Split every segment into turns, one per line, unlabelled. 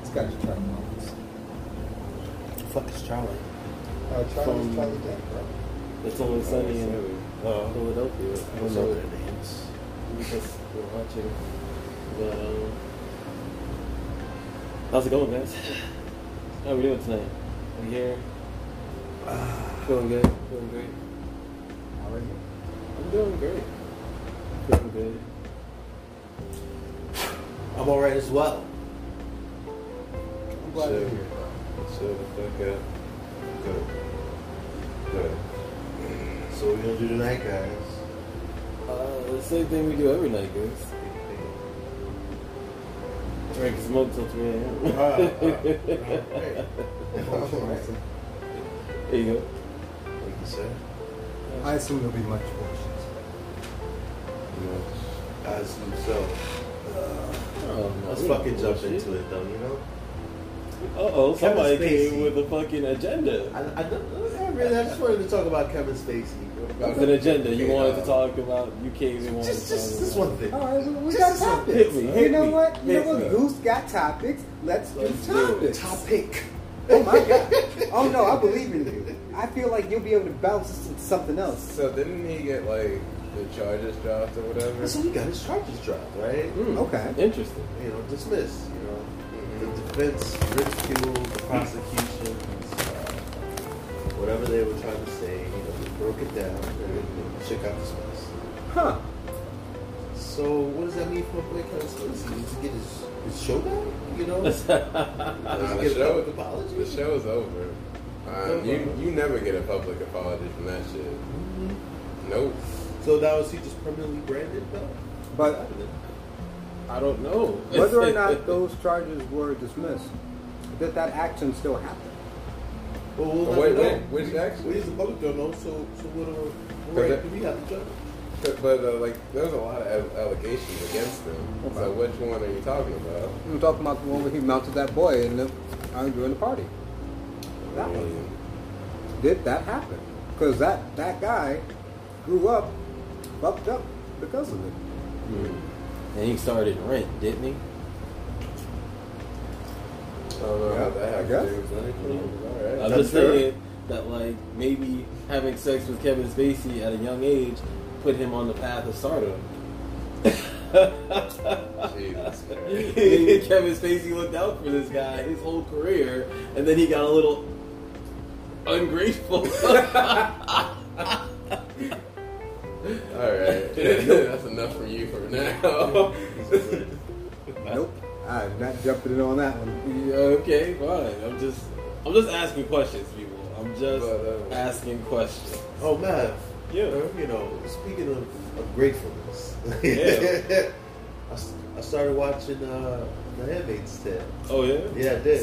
It's got to Charlie Mullins.
Fuck is Charlie?
Uh, Charlie's
From-
Charlie Day, bro.
It's only sunny in
Oh.
Philadelphia.
I don't know that dance.
We just were watching. But um, how's it going, guys? How we doing tonight? We here. Feeling good. Feeling great.
How are you?
I'm doing great. Feeling good.
I'm alright as well.
I'm glad
Sure.
you're here, bro.
So the fuck up. Good. Good. So what we gonna do tonight, guys?
Uh, the same thing we do every night, guys. Drink, smoke till 3 a.m.
Uh, uh, hey. ah,
Bullshit.
There you go.
Like you said,
I assume there'll be much bullshit.
you know, as themselves.
Oh, no,
Let's
we don't
fucking
do
jump
shit.
into it, though. You know.
Uh-oh, somebody
Kevin
came
Spacey.
with a fucking agenda.
I, I, don't- I really, I just wanted to talk about Kevin Spacey. bro.
It was an agenda. You
Okay,
wanted
uh,
to talk about. You came and wanted
Just,
to talk
just
about.
this one thing.
All right, well, Oh, we
Just
got
this one
topics.
Hit me.
You
Hit
know
me.
what? You know
hit me.
what? Goose got topics. Let's do
Let's do it.
topics.
Topic.
Oh my god. Oh no, I believe in you. I feel like you'll be able to bounce this into something else.
So didn't he get like the charges dropped or whatever?
So he got his charges dropped, right?
Mm,
Okay.
Interesting.
you know, dismiss. You know, the defense ridiculed the prosecution, uh, whatever they were trying to say. You know, they broke it down and then the shit got dismissed.
Huh.
So what does that mean for Blake Spacey? Does he get his, his showdown? You know, does
Nah,
he
the
get a public
show,
apology?
the show's over. Um, you you never get a public apology from that shit. Nope.
So now is he just permanently branded? No.
But
I don't know.
whether or not those charges were dismissed, that that action still happened.
Well, we'll
But
never
wait,
know.
wait, which action?
We as the public don't know. So, so what? Uh,
But
what right
that-
do we have to judge?
But, but uh, like, there's a lot of al- allegations against him. So which one are you talking about?
I'm talking about the one where he mounted that boy and the, uh, during the party. That
I
one.
mean,
Did that happen? Because that, that guy grew up, fucked up because of it.
And he started rent, didn't he?
I don't know
Yeah,
how that
I
has to
guess.
do with anything. All right.
I'm
That's
just
true.
saying that like maybe having sex with Kevin Spacey at a young age put him on the path of stardom.
Jesus Christ.
Kevin Spacey looked out for this guy his whole career, and then he got a little ungrateful.
All right. That's enough from you for now.
Nope. I'm not jumping in on that one.
Yeah, okay, fine. I'm just, I'm just asking questions, people. I'm just
But, uh,
asking questions.
Oh, Mav.
Yeah.
Uh, You know, speaking of, of gratefulness,
Yeah.
I, s- I started watching uh, The Handmaid's Tale.
Oh yeah.
Yeah, I did.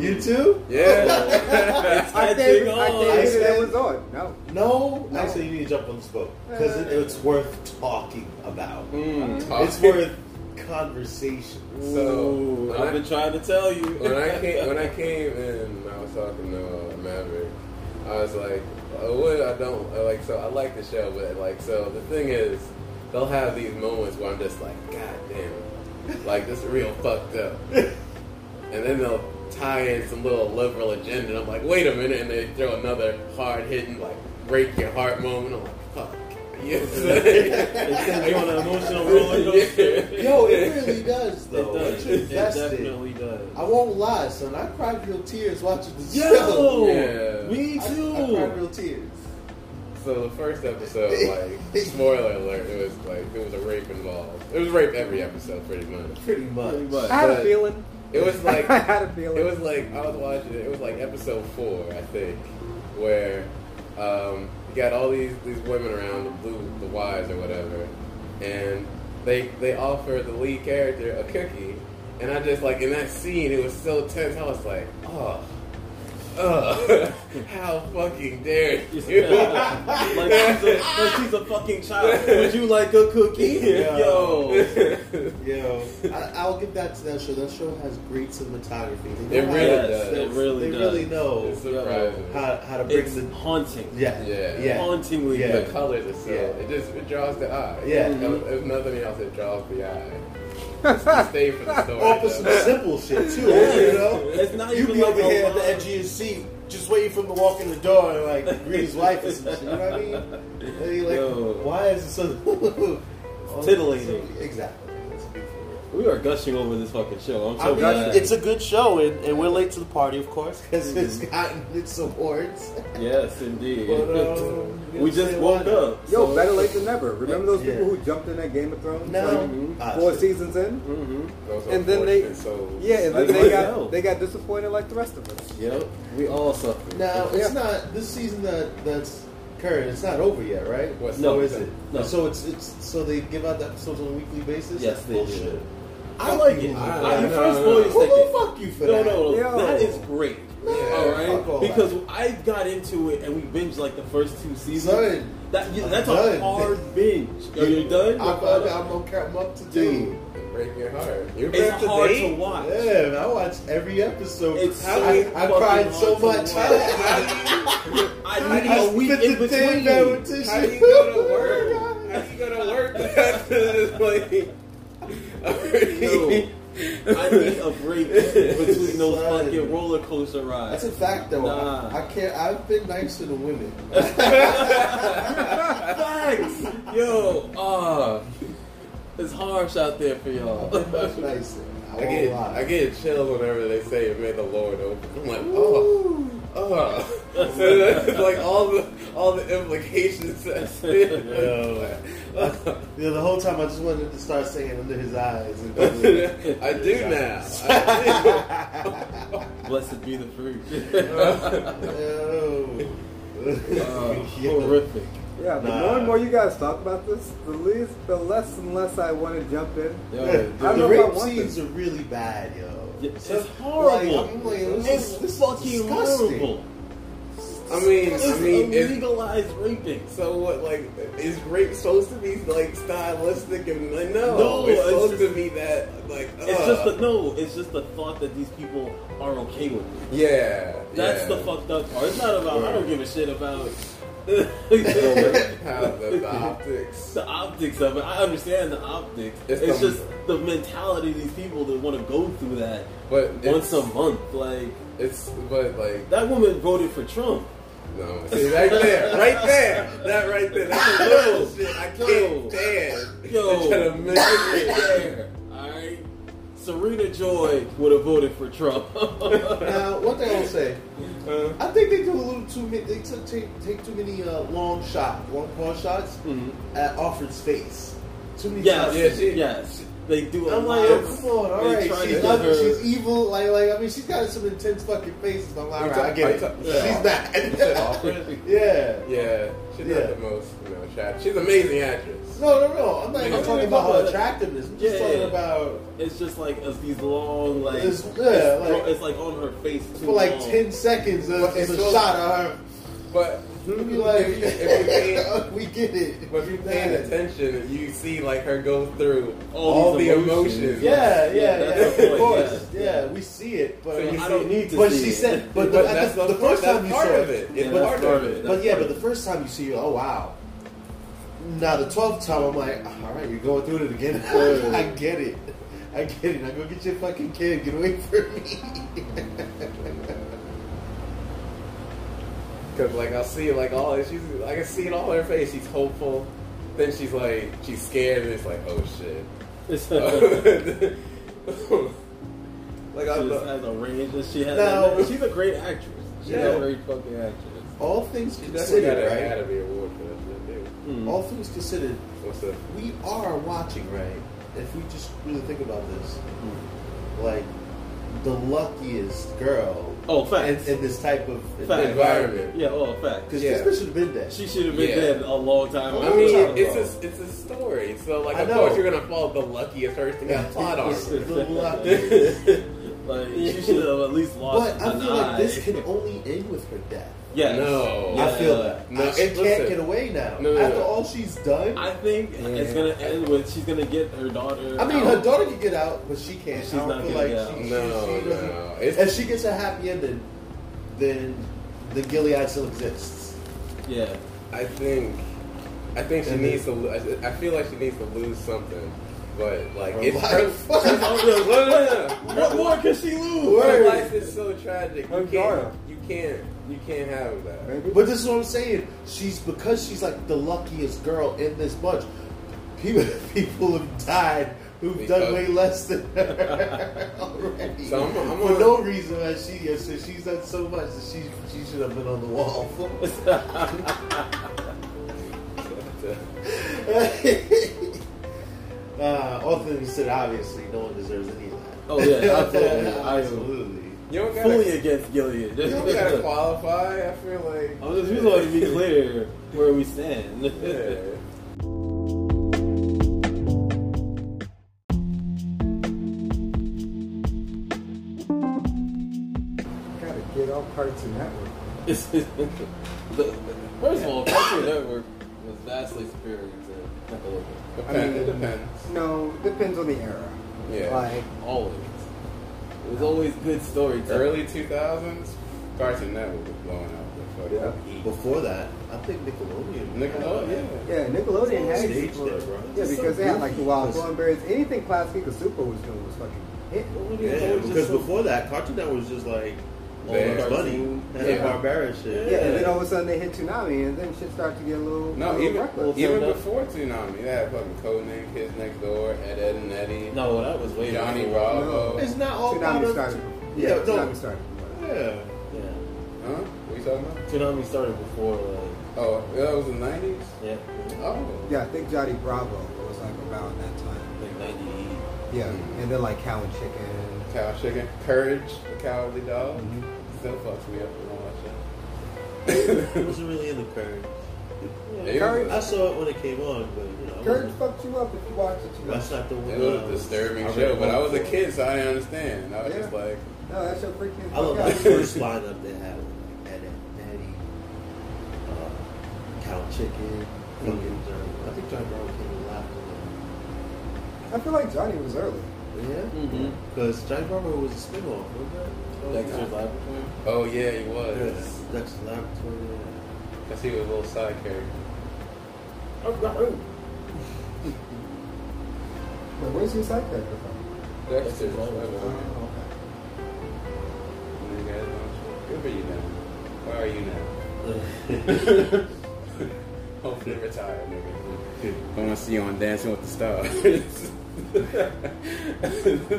You too?
Yeah.
It's
I
catching
think I
Oh,
on.
think
I
that
said-
was on. No.
No.
No.
Actually, you need to jump on this boat because
Uh.
it, it's worth talking about.
Mm.
It's worth conversations.
So,
Ooh,
when
I've
I-
been trying to tell you.
when I came when I came in, I was talking to uh, Maverick. I was like, uh, "What I don't uh, like." So I like the show, but like, so the thing is, they'll have these moments where I'm just like, "God damn, like this is real fucked up," and then they'll tie in some little liberal agenda. And I'm like, "Wait a minute," and they throw another hard hitting like break your heart moment. I'm like, "Fuck." Yes.
it sends you on an emotional roller coaster.
Yo, it really does,
It
though.
does.
You're
It
invested.
definitely does.
I won't lie, son. I cried real tears watching the show.
Yo,
Yeah.
me
I,
too.
I cried real tears.
So the first episode, like spoiler alert, it was like it was a rape involved. It was rape every episode, pretty much.
Pretty much.
Pretty much.
I had a
But-
feeling.
It was like
I had a feeling.
it was like I was watching it. It was like episode four, I think, where um, you got all these these women around the blue, the wives or whatever, and they they offer the lead character a cookie, and I just like in that scene it was so tense. I was like, oh. Ugh, how fucking dare
like, she's
you!
a, like she's a fucking child. Would you like a cookie?
Yeah.
Yo.
Yo, I, I'll give that to that show. That show has great cinematography.
It
know
really
how to-
does.
They,
It really
they
does.
really know
It's surprising.
how, how to bring
It's
the
haunting.
yeah
Yeah.
yeah
Hauntingly
Yeah.
The colors are so
Yeah.
it just it draws the eye.
Yeah.
There's nothing else that draws the eye. Just to stay for the story.
Off of some
though.
simple shit too, you know.
It's not
You
even
be
like
over
a
here at
line.
the edge of your seat, just waiting for him to walk in the door and like greet his wife or some shit. You know what I mean? And you like,
Yo.
why is it so
It's titillating.
Exactly. It's beautiful.
We are gushing over this fucking show. I'm
I
so
mean,
glad.
it's
It's a good show, and, and we're late to the party, of course.
Because
Mm-hmm.
it's gotten its awards.
yes, indeed.
But, um,
we just woke up.
Yo,
so-
better late than never. Remember those
Yeah.
people who jumped in at Game of Thrones?
No.
Like,
Ah,
four
shit.
seasons in?
Mhm.
Those
And then they-
unfortunate souls.
Yeah, and then
Like
they
myself.
got, they got disappointed like the rest of us.
Yep. We all suffered.
Now it's
Yeah.
not this season that that's current. It's not over yet, right?
What's
so
No.
is it?
No.
So it's it's so they give out the episodes on a weekly basis.
Yes, they do.
Bullshit.
I like it.
I-
I-
no,
first of
no,
all,
no.
you
Who
said
will
it.
fuck you for
No,
that?
no,
Yo.
that is great.
Yeah.
All
Fuck all
right, because I got into it and we binged like the first two seasons.
Son,
That, you,
I'm
that's
done.
a hard binge. Yo, you're done.
I'm, I'm, I'm, okay, I'm up to date.
Dude.
Break your heart. You're
it's
back
hard
today?
to watch.
Yeah, man, I watch every episode.
It's so
I, I
fucking
cried so
hard to
much.
watch. I need
I
a week
spent
in
the day
between.
repetition.
How do you go to work? How do you go to work after this? Like,
No. I need a break between those
Son.
fucking roller coaster
That's
rides.
a fact, though.
Nah.
I, I can't. I've been nicer to women.
Facts, yo, ah, it's harsh out there for y'all.
I've been much nicer. I
I
won't
get,
lie.
I get chills whenever they say it made the Lord open. I'm like, oh,
Ooh.
oh. So that's like all the all the implications. That's
Yeah. Yeah, the whole time I just wanted to start saying under his eyes. And
I do now. I do.
Blessed be the fruit.
Ew.
Uh,
Yeah.
Horrific.
Yeah, the
Nah.
more and more you guys talk about this, the least, the less and less I want to jump in.
Yo,
I don't
the
know if I
rape
want
scenes are really bad, yo.
It's
Like, I'm
horrible.
like, this
It's
is- this is
fucking
disgusting.
horrible.
I mean,
It's
I mean, it's,
illegalized raping.
so what? Like, is rape supposed to be like stylistic? And like, no,
No,
it's
it's
supposed
just-
to be that. Like,
It's
uh,
just the no. It's just the thought that these people are okay with. It.
yeah.
That's
yeah.
the fucked up part. It's not about. I don't give a shit about
How the, the optics.
the optics of it. I understand the optics.
It's
It's,
the-
just the mentality of these people that want to go through that
But
once
it's,
a month. Like
it's but like
that woman voted for Trump.
no. See right there, right there, that right there. That's a little shit. I
Yo.
can't stand.
Yo.
They're trying to make it
there. All right. Serena Joy would have voted for Trump.
Now, one thing I will say, I think they do a little too many. They took take, take too many uh, long shot, long paw shots
Mhm.
at Alfred's face. Too many
Yes,
times.
Yeah, she-
yes. They do a
I'm
lot
like, yo,
of-
come on, all
they
right.
try to
She's
give
not,
her-
she's evil. Like, like, I mean, she's got some intense fucking faces. But I'm like, all right, I get it. She's
Is
not.
it Alfred?
yeah.
Yeah, she's
Yeah.
not the most you know. Shy. She's an amazing actress.
No, no, no. I'm not
Yeah.
even talking about her attractiveness. I'm just
Yeah.
talking
Uh,
about
It's just like it's these long like
It's-
it's,
yeah, like-
it's like on her face too
for like
long.
ten seconds. There's,
But
there's
it's
a
so-
shot of her.
But
We'll be like,
if you, if you pay,
we get it.
but if you're paying
Yeah.
attention, you see like her go through all,
All
the
these
emotions.
emotions.
Yeah, yeah,
Yeah,
yeah.
that's the
of
point,
course. Yeah. we see it, but
So you
I don't need to
but
see
she
it.
said, but,
But
the,
that's
the,
the
first
that's
time you
part
saw
of it.
it.
It's
Yeah,
part
that's part
of
of
it.
it.
But yeah, but the first time you see it, oh wow. Now the twelfth time, I'm like, all right, you're going through it again. I get it. I get it. Now go get your fucking kid. Get away from me.
Cause like I'll see like all she's I can see it all in her face. She's hopeful, then she's like she's scared, and it's like oh shit.
It's
like
she
I'm
just
the,
has a range and she has
Now-
that- she's a great actress. She's
Yeah.
a great fucking actress.
All things
she definitely got
considered,
an
right?
Academy Award for that shit dude.
Mm.
All things considered,
What's up?
we are watching, right? If we just really think about this, like the luckiest girl
Oh,
in,
facts.
in this type of
Facts.
Environment.
yeah, oh facts.
Because
Yeah.
this bitch should have been there.
She should have been
Yeah.
dead a long time
I
ago.
I
What
mean,
are we talking
it's a it's a story. So like
I
of
know.
course you're gonna follow the luckiest person that got plot armor.
the luckiest.
like she should have at least lost.
But I
an
feel like this
eye.
can only end with her death.
Yes.
I
No.
Yeah.
feel that.
No,
she
it-
can't
listen.
get away now.
No, no,
After
no.
all she's done, I,
I think it's gonna end with she's gonna get her daughter.
mean,
out.
her daughter can get out, but she can't.
She's
I don't
not
feel like
getting out.
she, she-
No,
she doesn't.
no. It's
If she gets a happy ending, then the Gilead still exists.
Yeah.
I think, I think she
And
needs to. lo- I I feel like she needs to lose something. But like,
Bro,
it's
why
her-
the fuck?
She's on the- no, no, no.
What more could she lose?
Her
Word.
life is so tragic. You
Her daughter.
can't, you can't, you can't have that.
Maybe.
But this is what I'm saying. She's because she's like the luckiest girl in this bunch. People, people have died who've done
Because-
way less than her already.
So I'm- I'm
For
on-
no reason as she is. So she's done so much that she she should have been on the wall. uh, all things said, obviously, no one deserves any of that.
Oh, yeah, absolutely. I am-
absolutely.
You don't gotta,
Fully against Gilead. Oh,
you don't gotta qualify. I feel like
I'm just, we just want to be clear where we stand.
Yeah.
Gotta get all Cartoon Network.
The- First of all, Cartoon Network was vastly superior to Nickelodeon.
Depends.
mean-
it depends.
No, depends on the era.
Yeah.
Like,
Always. It was always good storytelling.
Early 2000s, Cartoon Network was blowing out. The fuck up.
Before that, I think Nickelodeon.
Nickelodeon.
yeah, Nickelodeon had
Stage there,
Super.
bro.
Yeah,
It's so
because they had like the Wild
goofy.
Thornberries. Anything Plastic or Super was doing was fucking hit.
Yeah, because before that, Cartoon Network was just like all
Bad.
this money and
Yeah.
barbaric shit.
Yeah, and then all of a sudden they hit Tsunami, and then shit started to get a little, a
No,
little
even
reckless.
even
Well,
before Tsunami, they had fucking Codename Kids Next Door, Ed, Ed and Eddie,
No, that was way
Johnny
before.
Bravo.
It's not all part
Tsunami
of.
started. Yeah,
Yeah,
Tsunami
no.
started. before that.
Yeah.
Yeah.
Huh? What you talking about?
Tsunami started before, like,
Oh, that was the 90s?
yeah,
Oh.
Yeah, I think Johnny Bravo was like around that time.
like 98.
Yeah,
Mm.
Mhm.
and then like Cow and Chicken.
Oh. Cow Chicken. Courage, the Cowardly Dog.
Mhm.
Still fucks me up when I watch that.
It wasn't really in the current.
It
Courage-
I saw it when it came on, but you know, I
Kurt
wasn't-
fucked you up if you watch it. You know.
that's not the one.
It
I
was a
was-
disturbing
I
show,
read
but I was a
both.
kid, so I didn't understand. I was
Yeah.
just like,
No, that show freaked me the
I love
fuck
that
out.
first lineup they had with like Ed, Ed, Eddie, uh, Cow Chicken, fucking Johnny. I think Johnny Bravo came in last.
I feel like Johnny was early.
Yeah,
Mm-hmm.
because Johnny Bravo was a spinoff, wasn't it? Oh,
Dexter's Laboratory.
oh yeah, he was.
Yes, that's laboratory.
Cause he was a little side character.
Oh,
But where's your side character from?
Dexter.
Dexter's
Uh,
Laboratory.
Oh,
Good for you now. Where are you now? Hopefully retire, nigga. I want to see you on Dancing with the Stars.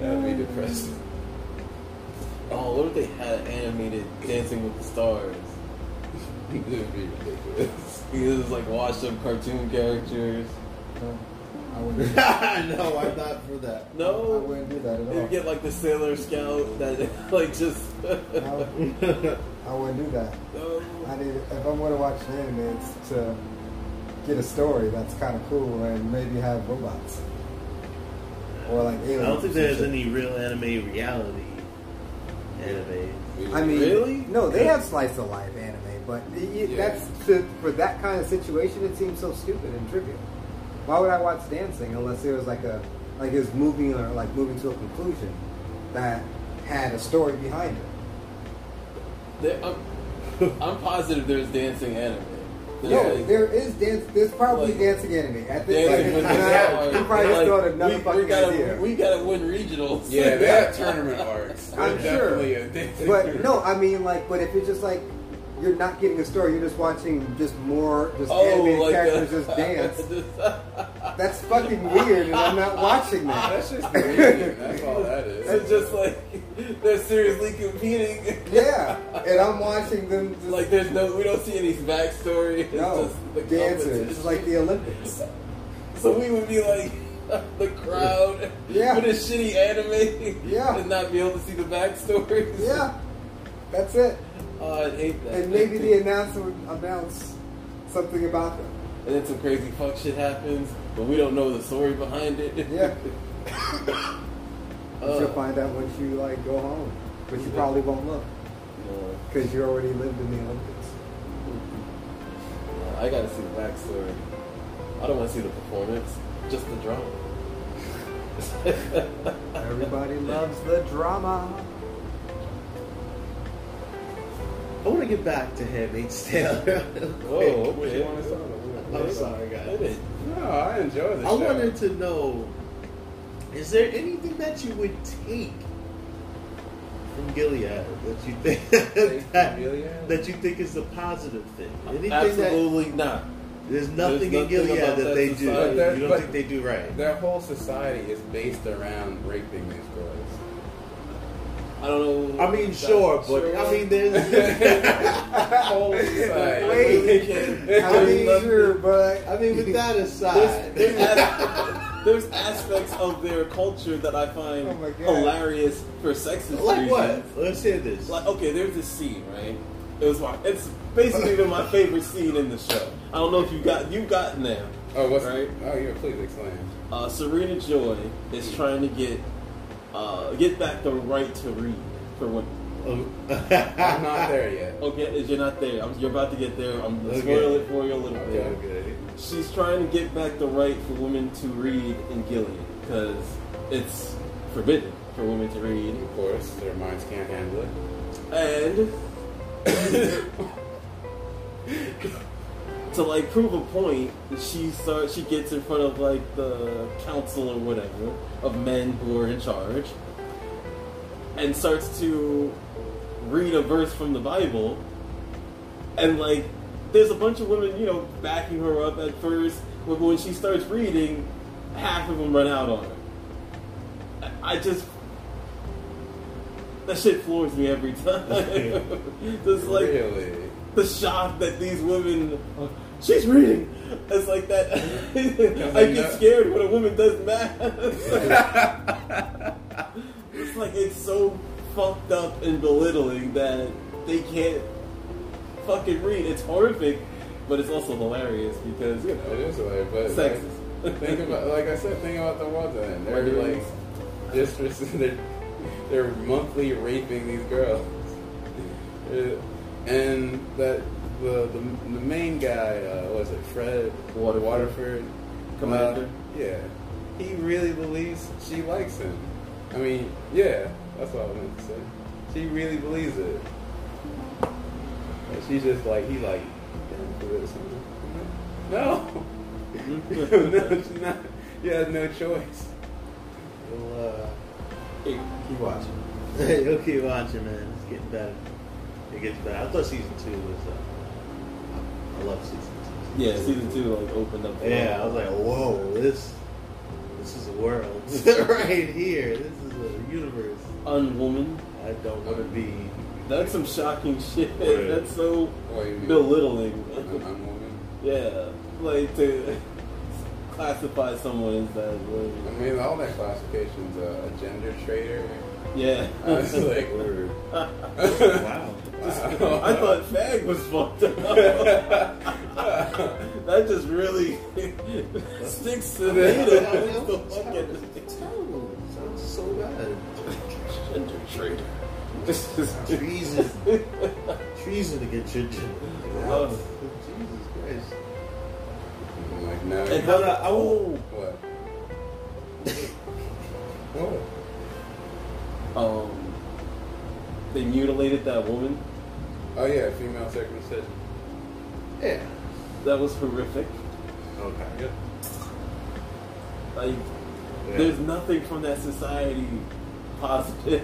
That'd be depressing.
Oh, what if they had animated Dancing with the Stars?
It'd be ridiculous.
He was like washed up cartoon characters.
okay. No, I wouldn't.
no, I'm not for that.
I
No,
wouldn't do that at
they
all.
get like the Sailor Scout that like just
I, would, I wouldn't do that.
no.
I need, if I'm going to watch an anime, it's to get a story that's kind of cool and maybe have robots or like
I
aliens.
don't think
or
there's
shit.
any real anime reality anime.
I mean,
Really?
no, they have slice of life anime, but i- i
Yeah.
that's to, for that kind of situation. It seems so stupid and trivial. Why would I watch dancing unless there was like a like it was moving or like moving to a conclusion that had a story behind it?
They- I'm, I'm positive there's dancing anime. There's
No,
like,
there is dance. There's probably
Like,
dancing anime. I think
dancing
like,
with the
nah,
stars.
you probably
Like,
just throwing another
we,
fucking
we gotta,
idea.
We gotta win regionals.
Yeah, they have tournament arcs.
I'm sure.
Definitely
uh,
a dancing
But no, I mean like, but if you're just like, you're not getting a story. You're just watching just more just
Oh,
animated characters
the-
just dance.
just-
That's fucking weird, and I'm not watching that.
That's just weird. That's all that is.
it's just like they're seriously competing.
Yeah, and I'm watching them just
Like there's no, we don't see any backstory. It's
no
just the
dancers. It's
competition.
like the Olympics.
So we would be like the crowd
Yeah.
with a shitty anime
Yeah.
and not be able to see the backstories.
Yeah, that's it.
Oh, I hate that.
And maybe the announcer would announce something about them.
And then some crazy fuck shit happens, but we don't know the story behind it.
Yeah,
Uh,
you'll find out once you like go home, but you probably won't look
no.
because you already lived in the Olympics.
No, I gotta see the backstory. I don't want to see the performance, just the drama.
Everybody loves the drama.
I want to get back to Handmaid's Tale.
Oh, okay.
What you wanna say?
I'm sorry, guys.
Hit it.
No, No, I enjoy the
I
show.
wanted to know is there anything that you would take from Gilead that you think that, that you think is a positive thing? Anything that
Absolutely not.
there's nothing in
nothing
Gilead
about
that,
that
they
society.
do.
But
You don't
that-
think they do right?
Their whole society is based around raping these girls.
I don't know.
I mean, sure, but I mean, there's.
whole society.
Wait. I mean, sure, but
I mean, with that
there's,
aside,
there's, as- there's aspects of their culture that I find
Oh my God.
hilarious for sexist
like
reasons.
what? Let's hear this.
Like, okay, there's this scene, right? It was my, it's basically been my favorite scene in the show. I don't know if you got you gotten there.
Oh, what's
Right.
Oh, yeah. Please explain.
Uh, Serena Joy is trying to get uh, get back the right to read for women.
I'm not there yet.
Okay, you're not there. I'm, you're about to get there. I'm gonna
Okay.
spoil it for you a little bit.
Okay.
okay.
She's trying to get back the right for women to read in Gilead because it's forbidden for women to read.
Of course, their minds can't handle it.
And to like prove a point, she starts. She gets in front of like the council or whatever of men who are in charge, and starts to read a verse from the Bible, and like there's a bunch of women, you know, backing her up at first, but when she starts reading, half of them run out on her. I- I just that shit floors me every time. just like
really?
the shock that these women she's reading it's like that i get scared when a woman does math it's like it's so fucked up and belittling that they can't fucking read it's horrific but it's also hilarious because you
You know,
know
it is hilarious, but
Sexist.
Like, think about, like I said, think about the ones then. They're
Right.
like, just they're, they're monthly raping these girls, Uh, and that the the, the main guy uh, was it Fred
Waterford.
Waterford
Commander.
Uh, yeah, he really believes she likes him. I mean, yeah, that's what I meant to say. She really believes it. And she's just like he like "Damn, for real, son." No.
Mm-hmm.
no, she's not. You have no choice.
Well, uh,
keep watching
Hey, you'll keep watching, man. It's getting better. It gets better. I thought season two was. Uh, I love season two.
yeah season two like opened up
Yeah, I was like, whoa, this, this is a world right here. This is a universe.
unwoman
I don't want to be.
that's some shocking shit
Right.
that's so
What do you mean? I'm,
Uh-huh.
belittling
I'm woman.
Yeah, like to classify someone as that.
I
Word.
mean, all that classification's uh, a gender traitor.
Yeah.
I was like,
Word. wow.
wow.
I thought fag was fucked up. that just really sticks to me. That's the fucking
terrible. Sounds so bad.
gender traitor.
Treason. Treason against your gender.
Oh.
Jesus Christ.
I'm like, no.
And how I oh,
what? Oh. what?
um, they mutilated that woman.
Oh yeah, female circumcision.
Yeah.
That was horrific.
Okay.
Yep.
Like,
Yeah.
there's nothing from that society positive.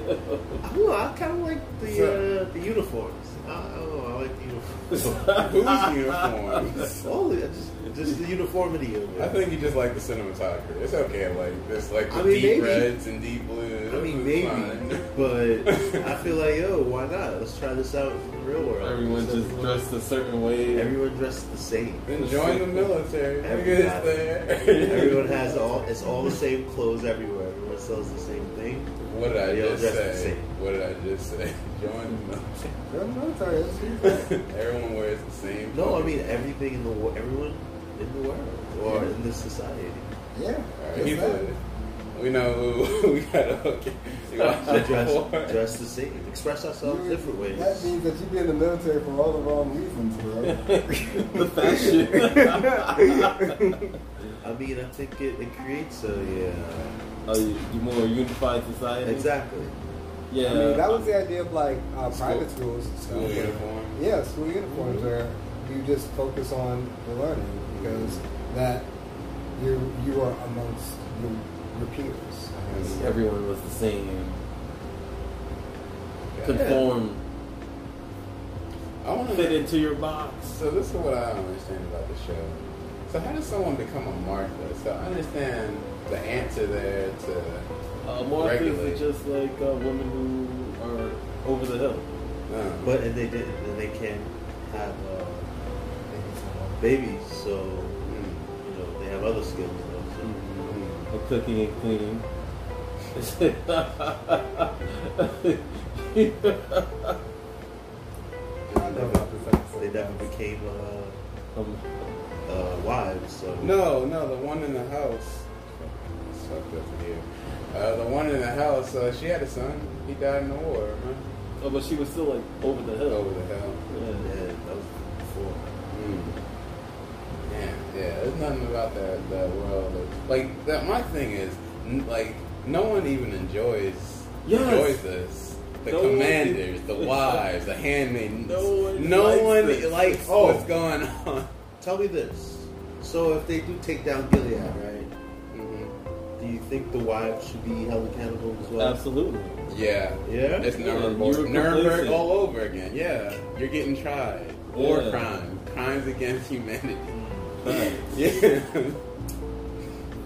Well, I kind of like the
So-
uh, the uniforms. I, I don't know. I like the uniforms.
Who's uniforms?
Slowly, I just just the uniformity of it.
I think you just like the cinematography. It's okay, like this, like the
I mean, maybe.
deep reds and deep blues.
I mean,
It's
maybe,
fine.
but I feel like, yo, why not? Let's try this out in the real world.
Everyone
Let's
just
have-
dressed a certain way.
Everyone dressed the same.
Then join the military.
Everybody.
Niggas there.
Everyone has all. It's all the same clothes everywhere. Everyone sells the same thing.
What did I
They all
just
dress the
say?
same.
What did I just say? Join the military.
the military is huge.
Everyone wears the same.
No, I
clothes.
mean everything in the wo- everyone in the world or in this society.
Yeah.
All right,
it's
people,
that.
we know who we gotta hook it. We gotta
dress,
hook it.
dress the same. Express ourselves
You-
different ways.
That means that you be in the military for all the wrong reasons, bro.
the fashion.
I mean, I think it, it creates a yeah.
a a Oh, more unified society.
Exactly.
Yeah.
I mean, that was the idea of like uh,
School-
private schools and stuff.
School uniform.
Yeah, school uniforms where you just focus on the learning because that you you are amongst your, your peers. I guess.
And everyone was the same, conform,
I want
fit into your box.
So this is what I don't understand about the show. So how does someone become a martha? So I understand the answer there to, um,
Uh, more
Regulate.
things are just like uh, women who are over the hill.
um,
But and they did, and they can't have uh, babies, so
mm,
you know they have other skills. Though, so.
mm,
Like cooking and cleaning.
I know about this
They
episode.
never became uh,
um,
uh, wives. So
No, no, the one in the house. It's fucked up in here. Uh, the one in the house. Uh, she had a son. He died in the war. Remember?
oh, but she was still like over the hill.
Over the hell.
yeah,
Yeah.
that was before.
Mm. Yeah, yeah. There's nothing about that that world. That, like that. My thing is, n- like, no one even enjoys
Yes.
enjoys this. The
No one
commanders,
did.
the wives, the handmaidens.
No one
no
likes
one
this.
likes
Oh.
what's going on.
Tell me this: so if they do take down Gilead, right?
hmm
Do you think the wives should be held accountable as well?
Absolutely.
Yeah.
Yeah.
It's
you were
Nuremberg, Nuremberg
complicit.
all over again. Yeah, you're getting tried. War
Yeah.
crime, crimes against humanity.
Facts.
Yeah,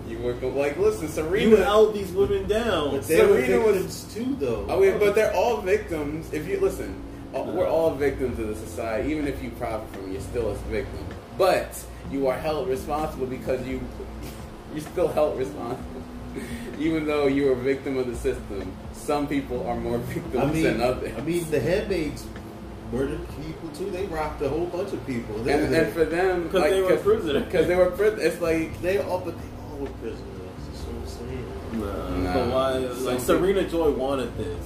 you were go- like, listen,
You
Serena.
held these women down.
But they were
Serena was-
victims too, though.
Oh, yeah, but they're all victims. If you listen, uh, we're all victims of the society. Even if you profit from, it, you're still a victim. But you are held responsible because you you're still held responsible. Even though you are a victim of the system, some people are more victims
I mean,
than others.
I mean, the handmaids murdered people too. They robbed a whole bunch of people. They,
And, and for them,
'Cause they were prisoners.
Because they were prisoners. It's like
they all, but they all were prisoners. That's what I'm saying.
Nah.
Nah.
But why?
Some
Like Serena Joy wanted this.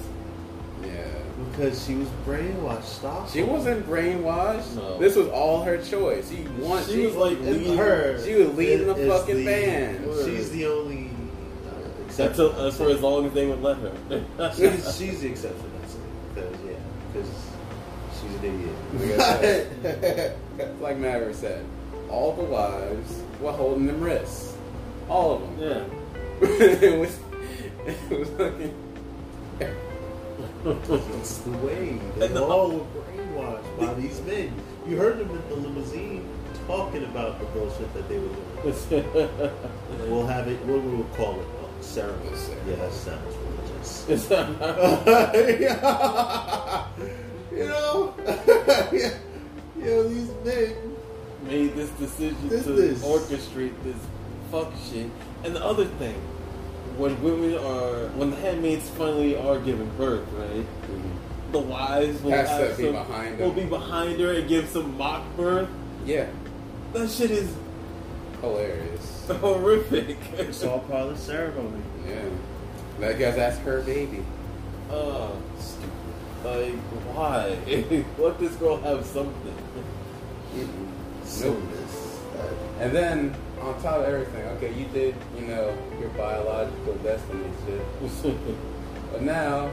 yeah,
Because she was brainwashed. Stop.
she
it.
wasn't brainwashed.
No.
This was all her choice. She wanted.
She was like
And
leading
her.
she was leading the
is
fucking band.
She's the only. Uh,
That's
exception.
a, uh, for as long as they would let her.
she's, she's the exception. That's it. Because yeah, because she's an idiot.
like Maverick said, all the wives were holding them wrists, all of them.
yeah.
it was, it was fucking.
That's the way. They
And the-
all were brainwashed by these men. You heard them in the limousine talking about the bullshit that they were doing. We'll have it. What we will call it? Oh, ceremony. Yeah, that sounds religious. you know, yeah, you know these men.
Made this decision
This
to
is-
orchestrate this fuck shit. And the other thing, when women are, when the handmaids finally are giving birth, right? The wives will
Has to
have
be
some-
behind
will
them.
be behind her and give some mock birth.
Yeah,
That shit is
hilarious.
horrific.
It's all part of the ceremony.
Yeah, that guess that's her baby.
Uh, stupid. Like, why? Let this girl have something.
Nope. And then on top of everything, okay, you did, you know, your biological destiny shit. But now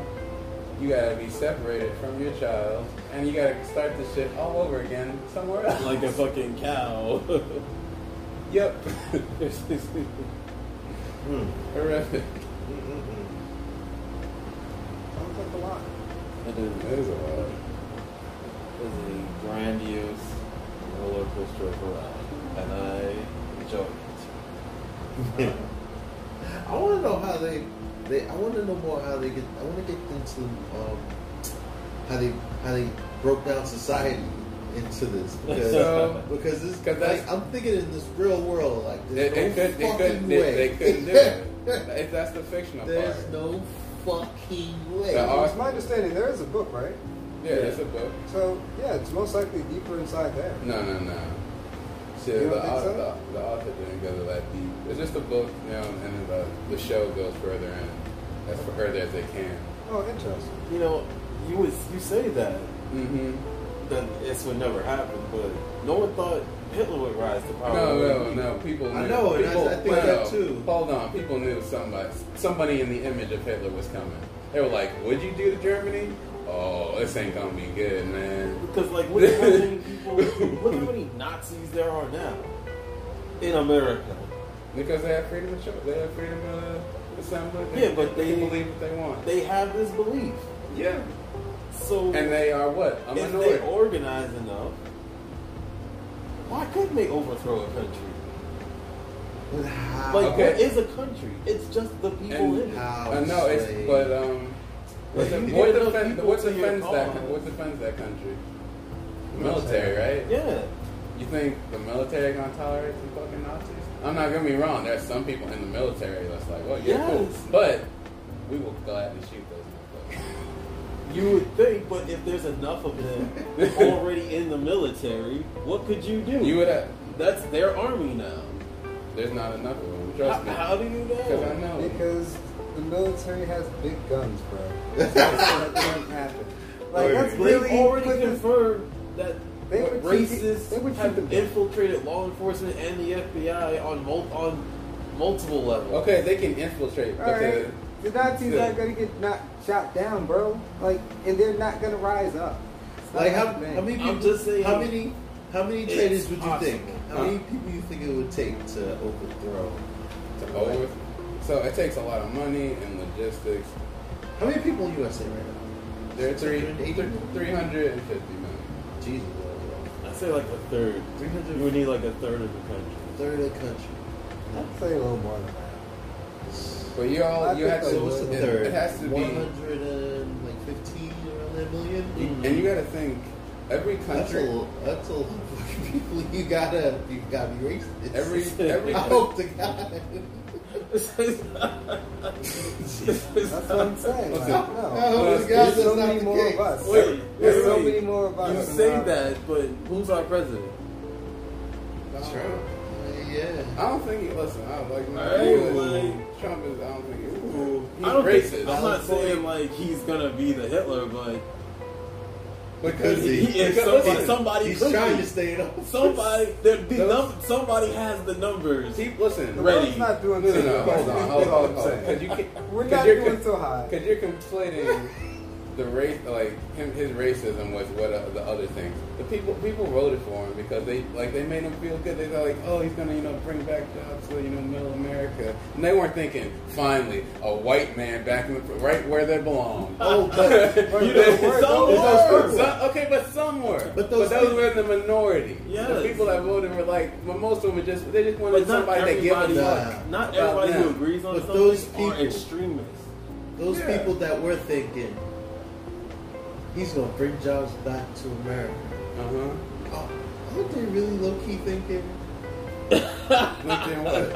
you gotta be separated from your child and you gotta start this shit all over again somewhere else.
like a fucking cow.
Yep. Horrific.
Hmm. Mm-mm-mm.
Sounds like a lot.
That is-
That is a lot.
is a grandiose roller coaster of a ride, and I enjoy it.
I want to know how they. They. I want to know more how they get. I want to get into um, how they how they broke down society into this because
So-
because this
'Cause that's-
like, I'm thinking in this real world like
They,
there's
they
no
could they
fucking
could
way.
they, they couldn't do it. That- That's the fictional
there's
part.
no fucking way.
The
Well,
art-
it's my understanding there is a book, right?
yeah, it's a book.
So yeah, it's most likely deeper inside there.
No, no, no. So
You don't
the,
think
au-
so?
the, the author didn't go to that deep. It's just a book, you know, and the, the show goes further in as further as they can.
Oh, interesting.
You know, you was you say that
Mm-hmm.
that this would never happen, but no one thought Hitler would rise to power.
No, no, no. People. Knew.
Oh, I know, and I-
People,
I think that too.
Hold on. People knew somebody. Somebody in the image of Hitler was coming. They were like, "What'd you do to Germany? Oh, this ain't gonna be good, man."
Because like, look at how many people, look how many Nazis there are now in America.
Because they have freedom of choice. They have freedom of assembly.
Yeah, but they-
can believe what they want.
They have this belief.
yeah.
So
And they are what? A
if they
minority.
organize enough, why couldn't they overthrow a country?
Ah,
Like
Okay.
what is a country? It's just the people
And
in it.
Uh, no, it's but um. What,
You
the,
need
what,
enough
defend,
people
what
to your
defends that?
cause.
What defends that country? The military, right?
Yeah.
You think the military gonna tolerate some fucking Nazis? I'm not gonna be wrong. There's some people in the military that's like, well, yeah, cool,
Yes.
but we will gladly shoot those motherfuckers.
You would think, but if there's enough of them already in the military, what could you do?
You would have.
That's their army now.
There's not enough of them.
How,
Trust me.
how do you
Because I
know?
know.
Because the military has big guns, bro. That's what happened. Like, let's
They've
really put
already
this.
confirmed that
They
what
would keep it-
racists
they would keep
have
it-
infiltrated law enforcement and the FBI on mul- on multiple levels.
Okay, they can infiltrate. but
Alright.
the-
The Nazis
Yeah.
not gonna get not shot down, bro. Like, and they're not gonna rise up. It's not
Like how,
happening.
how many people?
I'm just saying-
how many? How many
It's
traitors would you think?
possible.
How many people you think it would take to overthrow?
to over- So it takes a lot of money and logistics.
How many people in the USA right now?
There are three,
680?
350 million.
Jesus,
I say like a third.
three
You
hundred
would need like a third of the country.
third of the country.
I'd say a little more than that.
But you all, you
I
have
think
to.
So what's the
it,
third?
It has to
one
be.
hundred and like fifteen around that million.
And you got to think. Every
That's a
country,
l- Mm-hmm. that's a lot of fucking people. You gotta you gotta be racist.
every every
I hope to God.
That's what I'm saying. Like,
I
no.
hope
Plus,
to God
There's
that's
so
not
many
the
more
case.
of us.
Wait,
There's
wait,
so
wait.
many more of
You
us.
say that, but who's our president?
Trump.
Uh, yeah.
I don't think he listen. I don't like my
Alright,
English. Trump is. I don't think he's, he's
I don't
racist
think I'm not saying like he's gonna be the Hitler, but
because
He-
he,
he is somebody.
because listen,
somebody
He's
could
trying
be.
to stay in office.
somebody. The, the
Those-
num- somebody has the numbers.
See, listen.
The
No,
world's
Ready.
not doing
no,
so
no,
good.
hold on, hold
That's all
on,
I'm
hold on.
saying.
Because you can,
We're
cause
not
you're,
doing so high.
Because you're conflating the race, like him, his racism with what uh, the other things. The people, people voted for him because they like they made him feel good. They thought like, oh, he's gonna you know bring back jobs to you know middle America, and they weren't thinking finally a white man back in the, right where they belong.
Oh, but,
But
You
there
know,
were-
some
there were
were.
those people.
Some- okay, but some were.
But
But
those
those, but those
people-
were in the minority.
Yes.
The people that voted were like, well, most of them were just, they just wanted
But not
somebody that gave
everybody.
a
fuck
fuck.
Not
about
everybody who
them.
agrees on
But
something
those
are
people-
extremists.
those
Yeah.
people that were thinking he's gonna bring jobs back to America.
Uh-huh.
Oh, aren't they really low key thinking
But then what?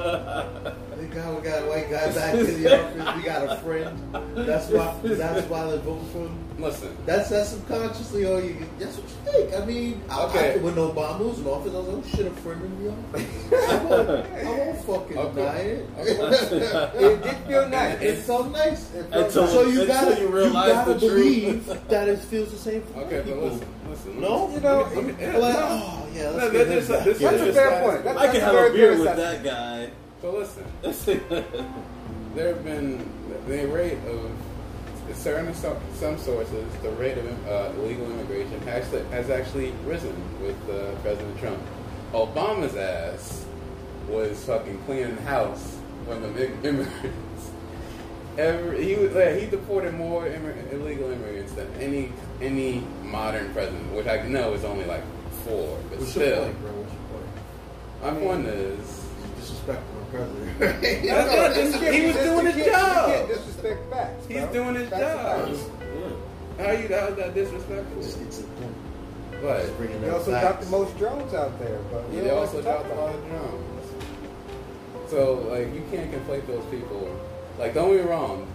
the guy we got a white guy back to the office? We got a friend. That's why. That's why they vote for him.
Listen,
That's that's subconsciously all you. That's what you think. I mean, I- I,
Okay.
when Obama was in office, I was like, oh shit, a friend in the office. I won't, I won't fucking
Okay.
deny it.
It did feel nice.
it's so nice.
It felt
Until-
nice.
so you
until
gotta
you
you,
realize
gotta
the truth.
believe that it feels the same for
okay,
white
but
people.
listen, listen.
No?
listen.
You know,
Look at-
They're
look
like,
at-
oh yeah,
no,
let's
they're
get him
just-
back.
this is
That's a
just
fair
guys-
point. That's-
I can
a
have
very
a
good
beer with
assessment.
that guy.
But listen, there have been the rate of certain some, some sources the rate of uh, illegal immigration has, has actually risen with uh, President Trump. Obama's ass was fucking cleaning the house when the big immigrants. Every, he was, like, he deported more immig- illegal immigrants than any any modern president, which I know is only like four, but
What's your
still.
point, bro? What's your
My point is,
point? Disrespecting my president.
No, no,
That's not
you
dis-
can't-
he was
you
doing
can't-
his
you
job.
can't disrespect facts.
He's
bro.
doing his
That's a
job.
fact.
how you that was that
just
disrespectful?
get to the point.
But
Just bringing
They
up
also
facts.
dropped the most drones out there, but we
they
don't
also
like to talk
dropped a
about
lot of drums. So like you can't conflate those people. Like don't get me wrong.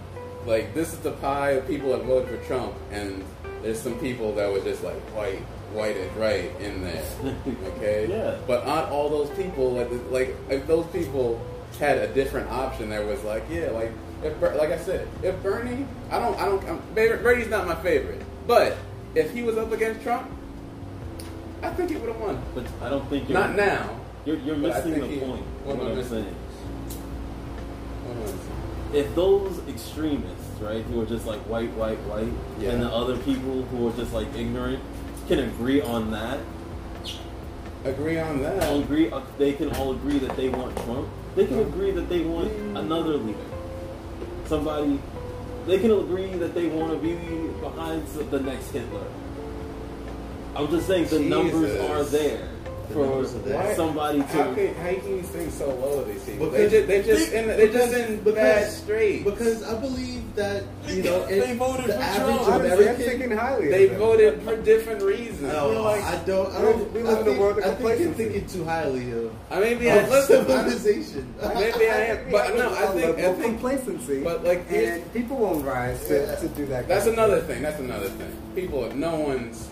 Like this is the pie of people that voted for Trump, and there's some people that were just like white, white and right in there. Okay.
Yeah.
But not all those people. Like like if those people had a different option, that was like yeah, like if Ber- like I said, if Bernie, I don't, I don't, I'm, Ber- Bernie's not my favorite, but if he was up against Trump, I think he would have won.
But I don't think you're
Not now.
You're, you're
But I
missing
think
the
he-
point.
what
What
am I
I'm
missing?
saying. If those extremists, right, who are just like white, white, white,
Yeah.
and the other people who are just like ignorant, can agree on that.
Agree on
All
that.
uh, agree. They can all agree that they want Trump. They can agree that they want another leader. Somebody. They can agree that they want to be behind the next Hitler. I'm just saying the numbers
Jesus.
are there
The
for
numbers are there.
Why-
somebody
How
to.
can, how you can sing so low with these people?
Because-
they just they just in, they
because-
just in
because-
bad straight.
Because I believe that you know
They
it-
voted
the
for
average
Trump.
Honestly, I'm
American.
thinking highly. of
they
them.
voted for different reasons.
No,
We're like-
I don't. I
we-
don't.
we
I
live in a
think-
world
I
of
think you're
complacency.
thinking too highly of
I mean, maybe I
of
listen. I-
civilization.
Maybe I am, but no, I think I
Well,
think
complacency.
but, like, here's-
and people won't rise to,
Yeah.
to do that.
That's
kind of
another thing. That's another thing. People, no one's,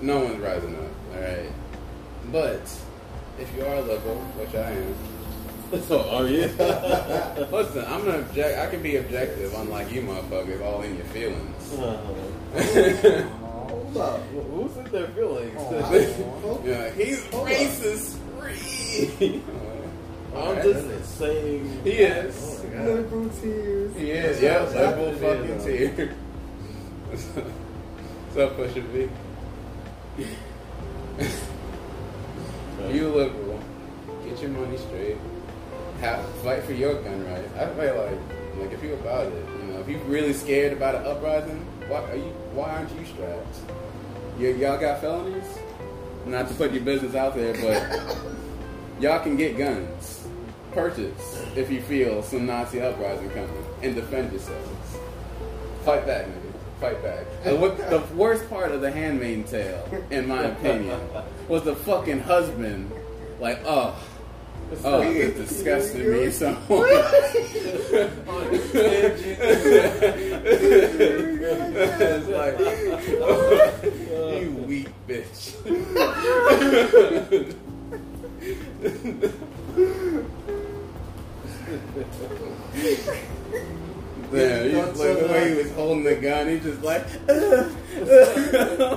no one's rising up. All right, but if you are liberal, which I am,
So are you?
listen, I'm gonna object. I can be objective, unlike you, motherfuckers, all in your feelings.
Hold up.
Who's in their feelings?
Hold up. Oh,
yeah, like, he's
Hold
racist free.
I'm just saying.
He is.
Oh, my
thing.
God.
Liberal tears.
He is. Yeah,
That's
liberal
what it
fucking
is,
tear. What's up, Pusha B? You liberal, get your money straight. Have, fight for your gun right. I feel like, like if you about it, you know, if you really scared about an uprising, why are you? Why aren't you strapped? Y- y'all got felonies? Not to put your business out there, but y'all can get guns, purchase if you feel some Nazi uprising coming, and defend yourselves. Fight back, nigga. Fight back. And what the worst part of the Handmaiden Tale, in my opinion, was the fucking husband. Like, oh, oh, this disgusted me so it's like, you weak bitch. Damn, you like, the way he was holding the gun, he just like,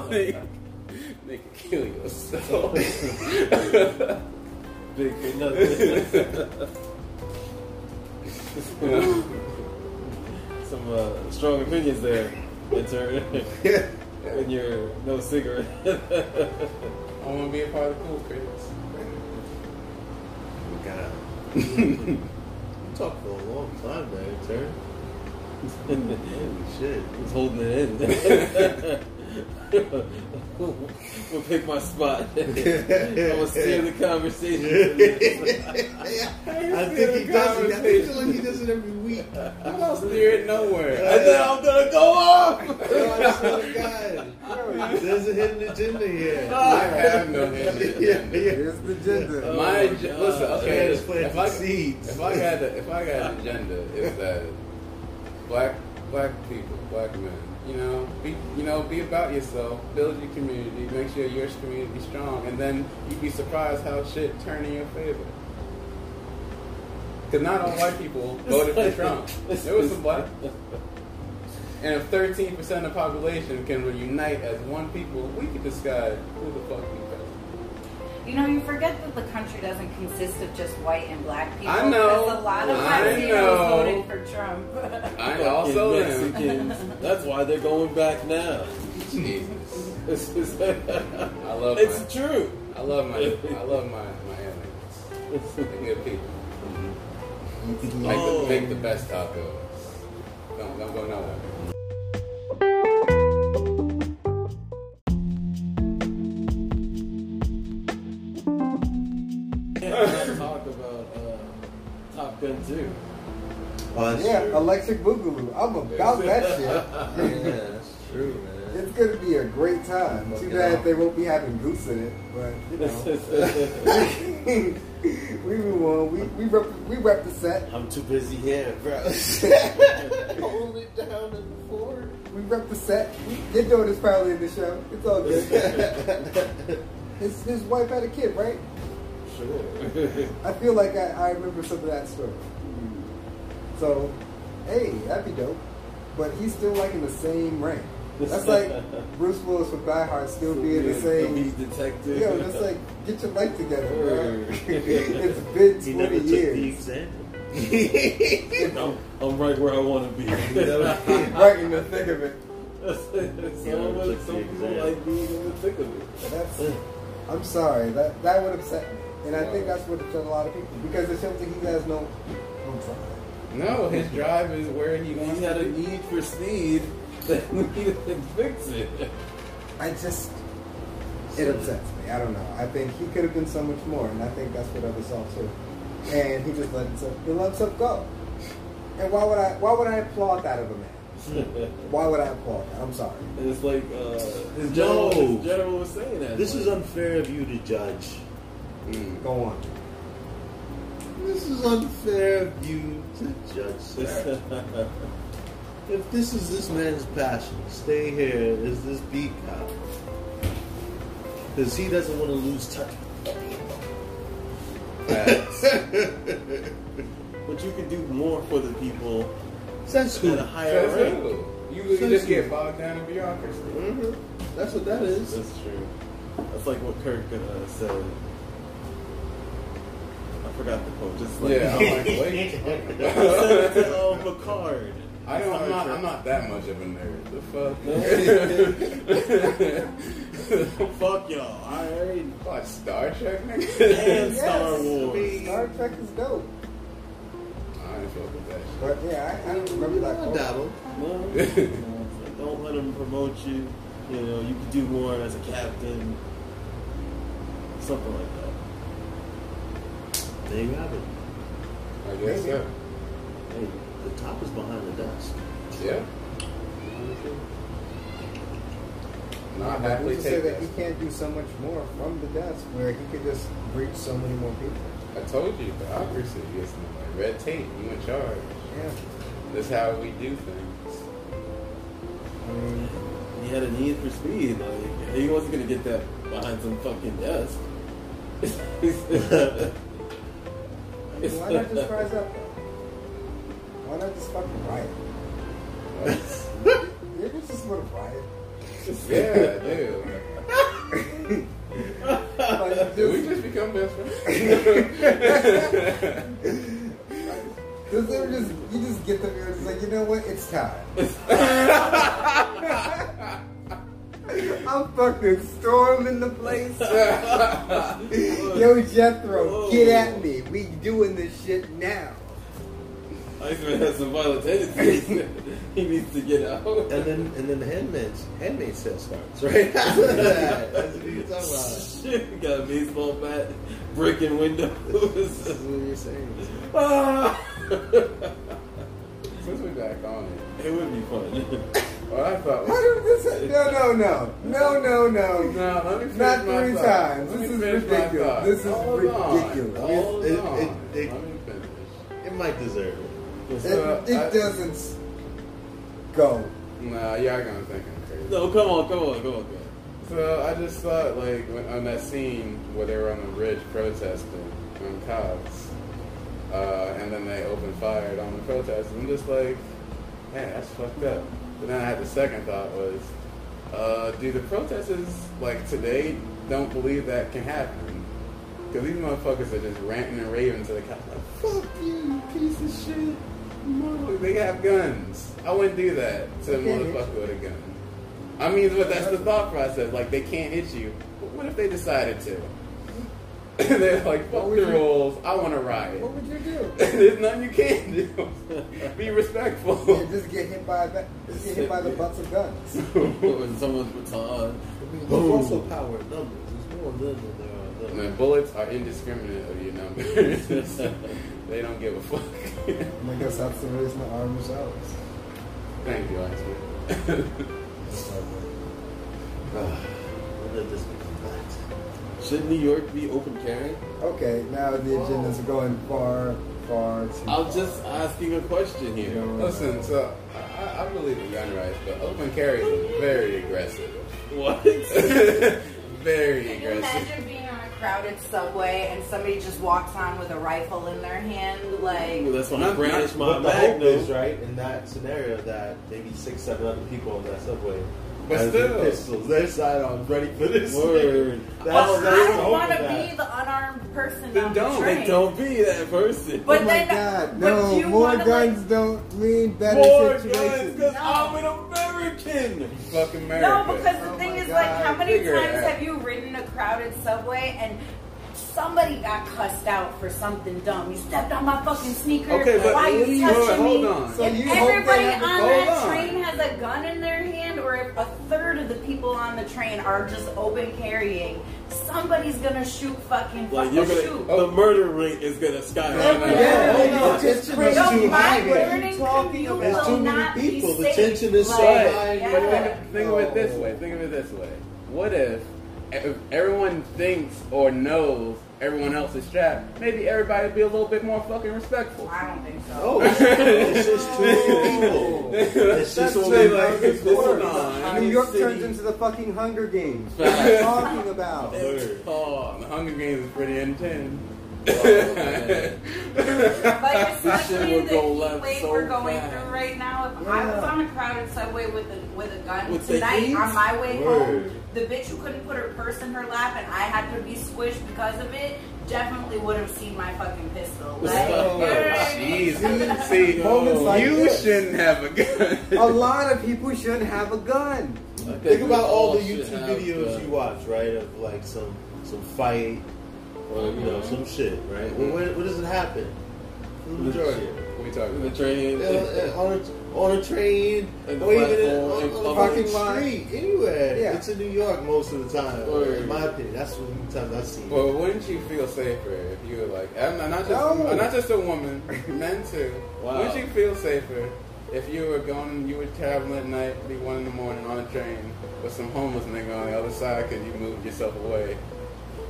like nigga, kill yourself.
Big for nothing.
You know?
Some uh, strong opinions there, Enter when you're no cigarette.
I want to be a part of cool critics.
God. you talked for a long time there, intern. Holy shit.
He's holding it in. we'll pick my spot. I'm gonna steer the conversation.
I think he does it. I feel like he does it every week. Oh,
I'm not steering nowhere.
and then I'm gonna go off.
I swear to God. There's a hidden agenda here.
I have no hand.
Yeah, yeah.
Here's the gender.
Oh
My
my
ag-
God.
listen, okay.
Just planting
If I,
seeds.
if I got a, if I got an agenda, it's that black black people, black men. You know, be you know, be about yourself, build your community, make sure your community strong, and then you'd be surprised how shit turn in your favor. Cause not all white people voted for Trump. There was some black. And if 13% of the population can unite as one people, we could decide who the fuck we are.
You know, you forget that the country doesn't consist of just white and black people.
I know.
Because a lot of
I
Latinos
know.
voted for Trump.
I also am.
Mexicans. That's why they're going back now.
Jesus.
It's, it's,
I love my,
it's true.
I love my I love my my aliens. They're good people. Make,
Oh.
the, make the best tacos. Don't don't go nowhere.
Yeah, talk about uh, Top Gun too.
that's
Yeah,
true.
Electric Boogaloo. I'm about that shit.
Yeah, that's true, man.
It's gonna be a great time. Too
Look it
bad
up.
they won't be having goose in it, but you know. we move on. We we rep, we rep the set.
I'm too busy here, bro.
Hold it down in the floor.
We rep the set. We, you're doing this probably in the show. It's all good. his his wife had a kid, right?
Sure.
I feel like I, I remember some of that story. So, hey, that'd be dope. But he's still like in the same rank. That's like Bruce Willis from Die Hard still being the
He's
same.
detective.
Yo, that's like get your life together, bro.
Word.
it's been
He
twenty
never took the
years.
exam.
I'm, I'm right where I want to be.
He never did.
Right in the thick of it.
Someone, some people like being in the thick of it.
That's. I'm sorry. That that would upset me. And I think that's what upset a lot of people because it's something he has no, no drive.
No, his drive is where he wants
He had
to
a
be.
need for speed that we didn't fix it.
I just it upsets me. I don't know. I think he could have been so much more, and I think that's what others saw too. And he just let himself he let himself go. And why would I why would I applaud that of a man? Why would I applaud that? I'm sorry.
it's like uh, his
No.
general, his general was saying that.
This
like,
is unfair of you to judge.
Mm.
Go on.
This is unfair of you to judge, sir. If this is this man's passion, stay here. Is this beat now? Because he doesn't want to lose touch.
Facts.
but you can do more for the people
Sense who?
at a higher
That's
rate.
true. You, you just get bogged down in bureaucracy.
Mhm. That's what that is.
That's true. That's like what Kirk uh, said. I forgot the quote. Just like
Yeah, I'm like, wait.
he said it to uh, Picard.
I don't, I'm not, I'm not that much of a nerd. The fuck?
Fuck y'all. I already
Watch Star Trek, nigga?
and Star Wars.
Star Trek is dope.
I ain't fuck with that
But yeah, I, I don't remember that quote.
Dabble.
No, it's like, don't let them promote you. You know, you can do more as a captain. Something like that.
There you have it.
shit. I guess so.
Hey, the top is behind the desk.
Yeah. Not happily
Who's to say
take
that he
that.
can't do so much more from the desk where he could just reach so many more people?
I told you, bureaucracy is like red tape. You in charge.
Yeah.
That's how we do things.
I mean,
He had a need for speed. Like he wasn't gonna get that behind some fucking desk.
why not just rise up? Why not just fucking riot? Niggas just want to riot.
yeah, dude.
Like,
Did
just,
we just become best friends?
just, they were just, you just get them. You're just like, you know what? It's time. I'm fucking storming the place. Yo, Jethro, get at me. We doing this shit now.
Iceman has some violent tendencies. he needs to get out.
And then and then the handmaid's handmaid sale starts, right? After that. That's what you're talking about.
Shit, got a baseball bat, breaking
This is
windows.
what you're saying.
ah!
Since we back on it,
It would be fun.
what I thought
How
was.
did this? No, no, no, no, no, no.
No, let me finish
Not
my
three
thought.
times.
Let
This
me
is
finish my
ridiculous.
thought.
This is
Hold
ridiculous.
On. Hold
It- it-
on.
it- it-
let me finish.
It might deserve it.
So,
It, it
I-
doesn't go.
Nah, y'all gonna think I'm crazy.
No, come on, come on, come on, come on.
So I just thought, like, when, on that scene where they were on the ridge protesting on cops, uh, and then they opened fire on the protesters, I'm just like, man, that's fucked up. But then I had the second thought was, uh, do the protesters, like, today don't believe that can happen? Because these motherfuckers are just ranting and raving to the cops, like, fuck you, you piece of shit. Motherfucker, They have guns. I wouldn't do that to a motherfucker with a gun. I mean, but that's the thought process. Like, they can't hit you. But what if they decided to? They're like, fuck
What would
the
you-
rules. I want to riot.
What would you do?
There's nothing you can do. Be respectful.
You just get hit by a, ba- just get hit by the butts of guns.
Put in someone's baton.
I mean, there's
Boom.
also power in numbers. There's more of them than uh, there are of
And
them.
the bullets are indiscriminate of your numbers. they don't give a fuck.
I guess that's the reason the arm was out.
Thank you, Iceman.
Well, that doesn't come back.
Should New York be open carrying?
Okay, now the agenda's going far, far too
I'm
far.
just asking a question
You
here.
know,
Listen, so I, I believe in gun rights, but open carry is very aggressive.
What?
very
Can you
aggressive.
imagine being on a crowded subway and somebody just walks on with a rifle in their hand? Like,
Well, that's when I
Not-
brandish my
But the hope is,
magnum.
right, in that scenario, that maybe six, seven other people on that subway
But
have their
still.
pistols, their sidearms ready for this.
Word.
That's, that's
I
the
don't
hope of
want to
that.
be the unarmed person.
Then
on the
don't. They
train.
They don't be that person.
But
oh my
then,
God,
but
no!
you
More
wanna,
guns
Like,
don't mean better
More guns,
situations.
because
No.
I'm an American.
Fuck America.
no, because the
Oh
thing
my
is,
God,
like, how many
figure it
times
out.
have you ridden a crowded subway and Somebody got cussed out for something dumb. You stepped on my fucking sneaker.
Okay, but
Why are you
wait,
touching
hold
me?
on. So
if
you hope they
everybody
have
on
to-
that
hold on.
train has a gun in their hand, or if a third of the people on the train are just open carrying, somebody's gonna shoot fucking
Like
fucking
you're gonna,
Oh,
shoot.
the murder rate is gonna skyrocket.
Yeah,
hold
yeah,
on.
just
It's
crazy.
too
Yo, my
high here.
learning community
about?
There's too
will
many
not be
people. The
safe.
tension is
Like,
so
But-
high.
but
yeah.
think, think of it this way. Think of it this way. What if, e, if everyone thinks or knows everyone else is trapped? Maybe everybody would be a little bit more fucking respectful.
I don't think so.
Oh, it's just too many people. It's just
That's
too
really
many
like
people.
his word.
on.
New York
City.
turns into the fucking Hunger Games. What are you talking about?
Oh, the Hunger Games is pretty intense.
Like
shit
especially
would
the
go
heat
left
wave
so
we're going
fast.
through right now. If I
Yeah.
was on a crowded subway with a with a gun
With the
tonight
heat?
on my way
Word.
home, the bitch who couldn't put her purse in her lap and I had to be squished because of it definitely would have seen my fucking pistol. Like, you know what I mean?
Jeez, see,
Moments like
you
this.
shouldn't have a gun.
A lot of people shouldn't have a gun.
Think about all the
should
YouTube
have
videos
the-
you watch, right? Of like some some fight or you know some shit, right? Well, where, where does it happen? For The majority. of it.
What we talking
The
about?
train.
Uh, uh, on a on a train
And
or even in,
platform,
on,
and
on the
public
fucking
lot.
street, anywhere.
Yeah.
It's in New York most of the time,
Word.
in my opinion. That's the many times I've seen. it.
Well, wouldn't you feel safer if you were like, I'm not, not just,
No.
I'm not just a woman, men too.
Wow.
Wouldn't you feel safer if you were going, you were traveling at night, be one in the morning on a train with some homeless nigga on the other side because you moved yourself away?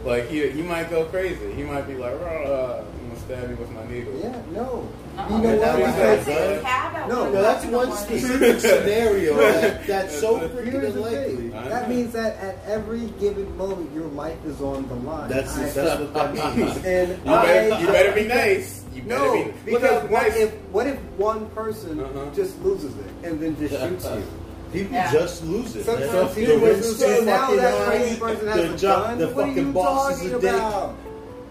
Like he, he might go crazy. He might be like, "Rah, I'm gonna stab you with my needle.
Yeah, no.
Uh-uh.
You
But
know what?
that was
Because-
like-
Take a cab at
No,
one
No, that's
o'clock in the
one
morning.
specific scenario that, that's so
Here's
freaking
Here's the thing.
unlikely.
I
That
know.
means that at every given moment, your life is on the line.
That's
I-
that's what that means.
and
You better,
I-
you better be nice. You better
No,
be
because
look
what
nice.
if what if one person
Uh-huh.
just loses it and then just shoots you?
People
Yeah.
just lose it. man.
Sometimes
The
people
rent's
lose
too
it. Now
fucking
that
high.
crazy person has
the
a
job-
gun?
The
What are
fucking
you
boss is
talking
a dick.
about?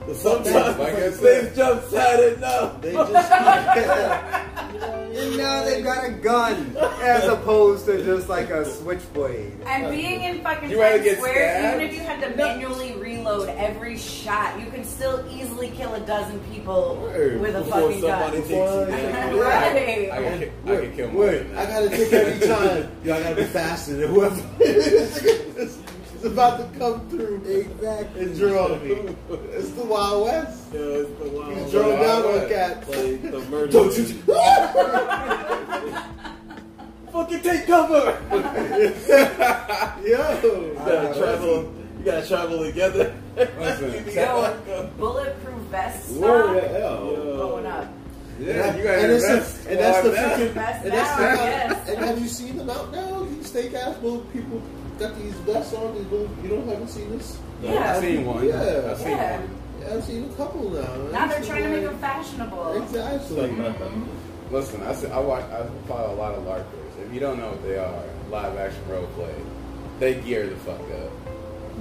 The
Sometimes,
sometimes
like I
Things
said,
jumps out and no.
they just
And now they've got a gun as opposed to just like a switchblade.
And being in fucking
You rather
Times
get
Square,
stabbed?
even if you had to manually reload every shot, you can still easily kill a dozen people with a
Before
fucking
somebody
gun.
takes you down.
I
Right.
can, I can kill more
wait.
than
I
that.
gotta think every time. Y'all gotta be faster than whoever is about to come through
Exactly.
and draw me. It's the Wild West.
Yeah, it's the wild.
You
It's
West.
the
drove
Wild
down on
West.
cats.
Like the murder.
Don't you?
fucking take cover?
Yo.
You gotta travel. You gotta travel together.
Listen,
You gotta
Yo, bulletproof vest
Word,
stock
hell.
going up.
Yeah, you gotta
and it's
invest. Oh,
the, and that's the
Well, I'm
freaking
Best
and that's
now, I
the
guess.
and have you seen them out now? These steakhouse little people got these vests on. These little, you don't haven't seen this?
I've
Yeah.
seen one.
Yeah.
I've seen
Yeah.
one.
Yeah, I've seen a couple now.
Now
I've
they're
seen
trying to make
one.
them fashionable.
exactly.
uh,
Listen, I, see- I watch. I follow a lot of larpers. If you don't know what they are, live action role play, they gear the fuck up,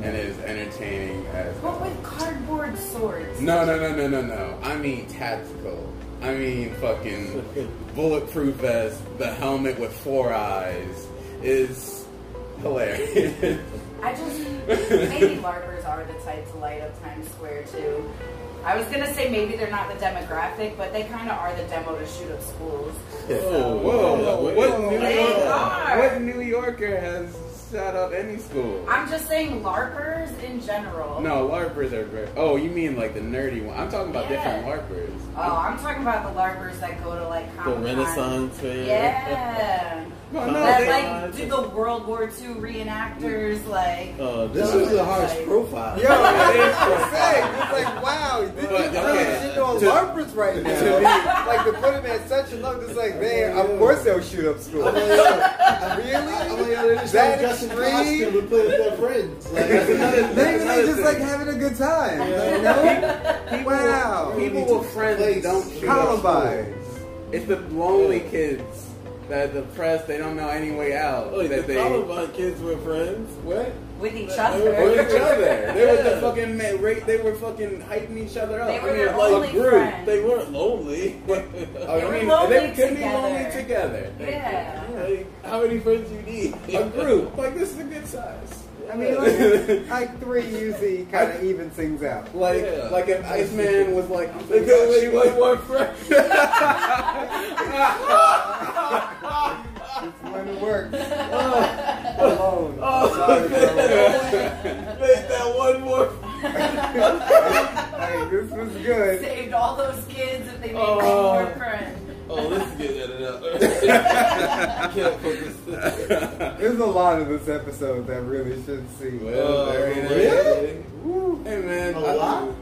and it's entertaining as.
But with cardboard swords.
No, no, no, no, no, no. I mean tactical. I mean fucking bulletproof vest, the helmet with four eyes is hilarious.
I just maybe LARPers are the type to light up Times Square too. I was gonna say maybe they're not the demographic, but they kind of are the demo to shoot up schools.
Whoa, whoa, what New
They
Yorker?
are.
What New Yorker has shot up any school?
I'm just saying LARPers in general.
No, LARPers are great. Oh, you mean like the nerdy one? I'm talking about
Yeah.
different LARPers.
Oh, I'm talking about the LARPers that go to like
The
Comic-Con.
Renaissance fair.
Yeah.
No, no,
that
they-
like do the World War II reenactors, like.
Uh,
This is a harsh profile.
Yo, that's what I'm saying. It's like, wow, this
But,
is really
okay,
shit on
to-
LARPers right now.
to be-
like, to put him at such a level, it's like, man, of course they'll shoot up school.
I'm
really?
like, yo, they just
That
like Justin
extreme?
Costume and play with their friends. Like, that's another-
Maybe
That's
they
another
just
thing.
like having a good time. You know? wow.
People with friends
place.
don't shoot up
Columbine.
school. It's the lonely kids that the press they don't know any way out.
Look,
that
Oh, the
they
Columbine kids were friends.
what?
With each
They
other.
were
Or each other. They were
Yeah.
the fucking ma- ra- they were fucking hyping each other up.
They were
I mean,
their
like
only
group.
friends.
They weren't lonely.
Oh,
They
I
were
mean,
lonely
they could be lonely
together.
together.
Yeah.
Like, how many friends you need?
A group like this is a good size.
I mean, like, like three usually kind of even things out.
Like,
Yeah.
like if Iceman was like, I'm
Look
thinking
at
about
what you
shooting-
want, one friend.
It's when it works. Alone. Oh, Sorry,
Make that one more.
bro. Like, this was good.
Saved all those kids if they made
Oh.
one more friend.
Oh, this is getting edited out. Can't focus.
There's a lot of this episode that really should see.
Well,
Oh,
there it
really?
is. Hey man,
A
I-
lot?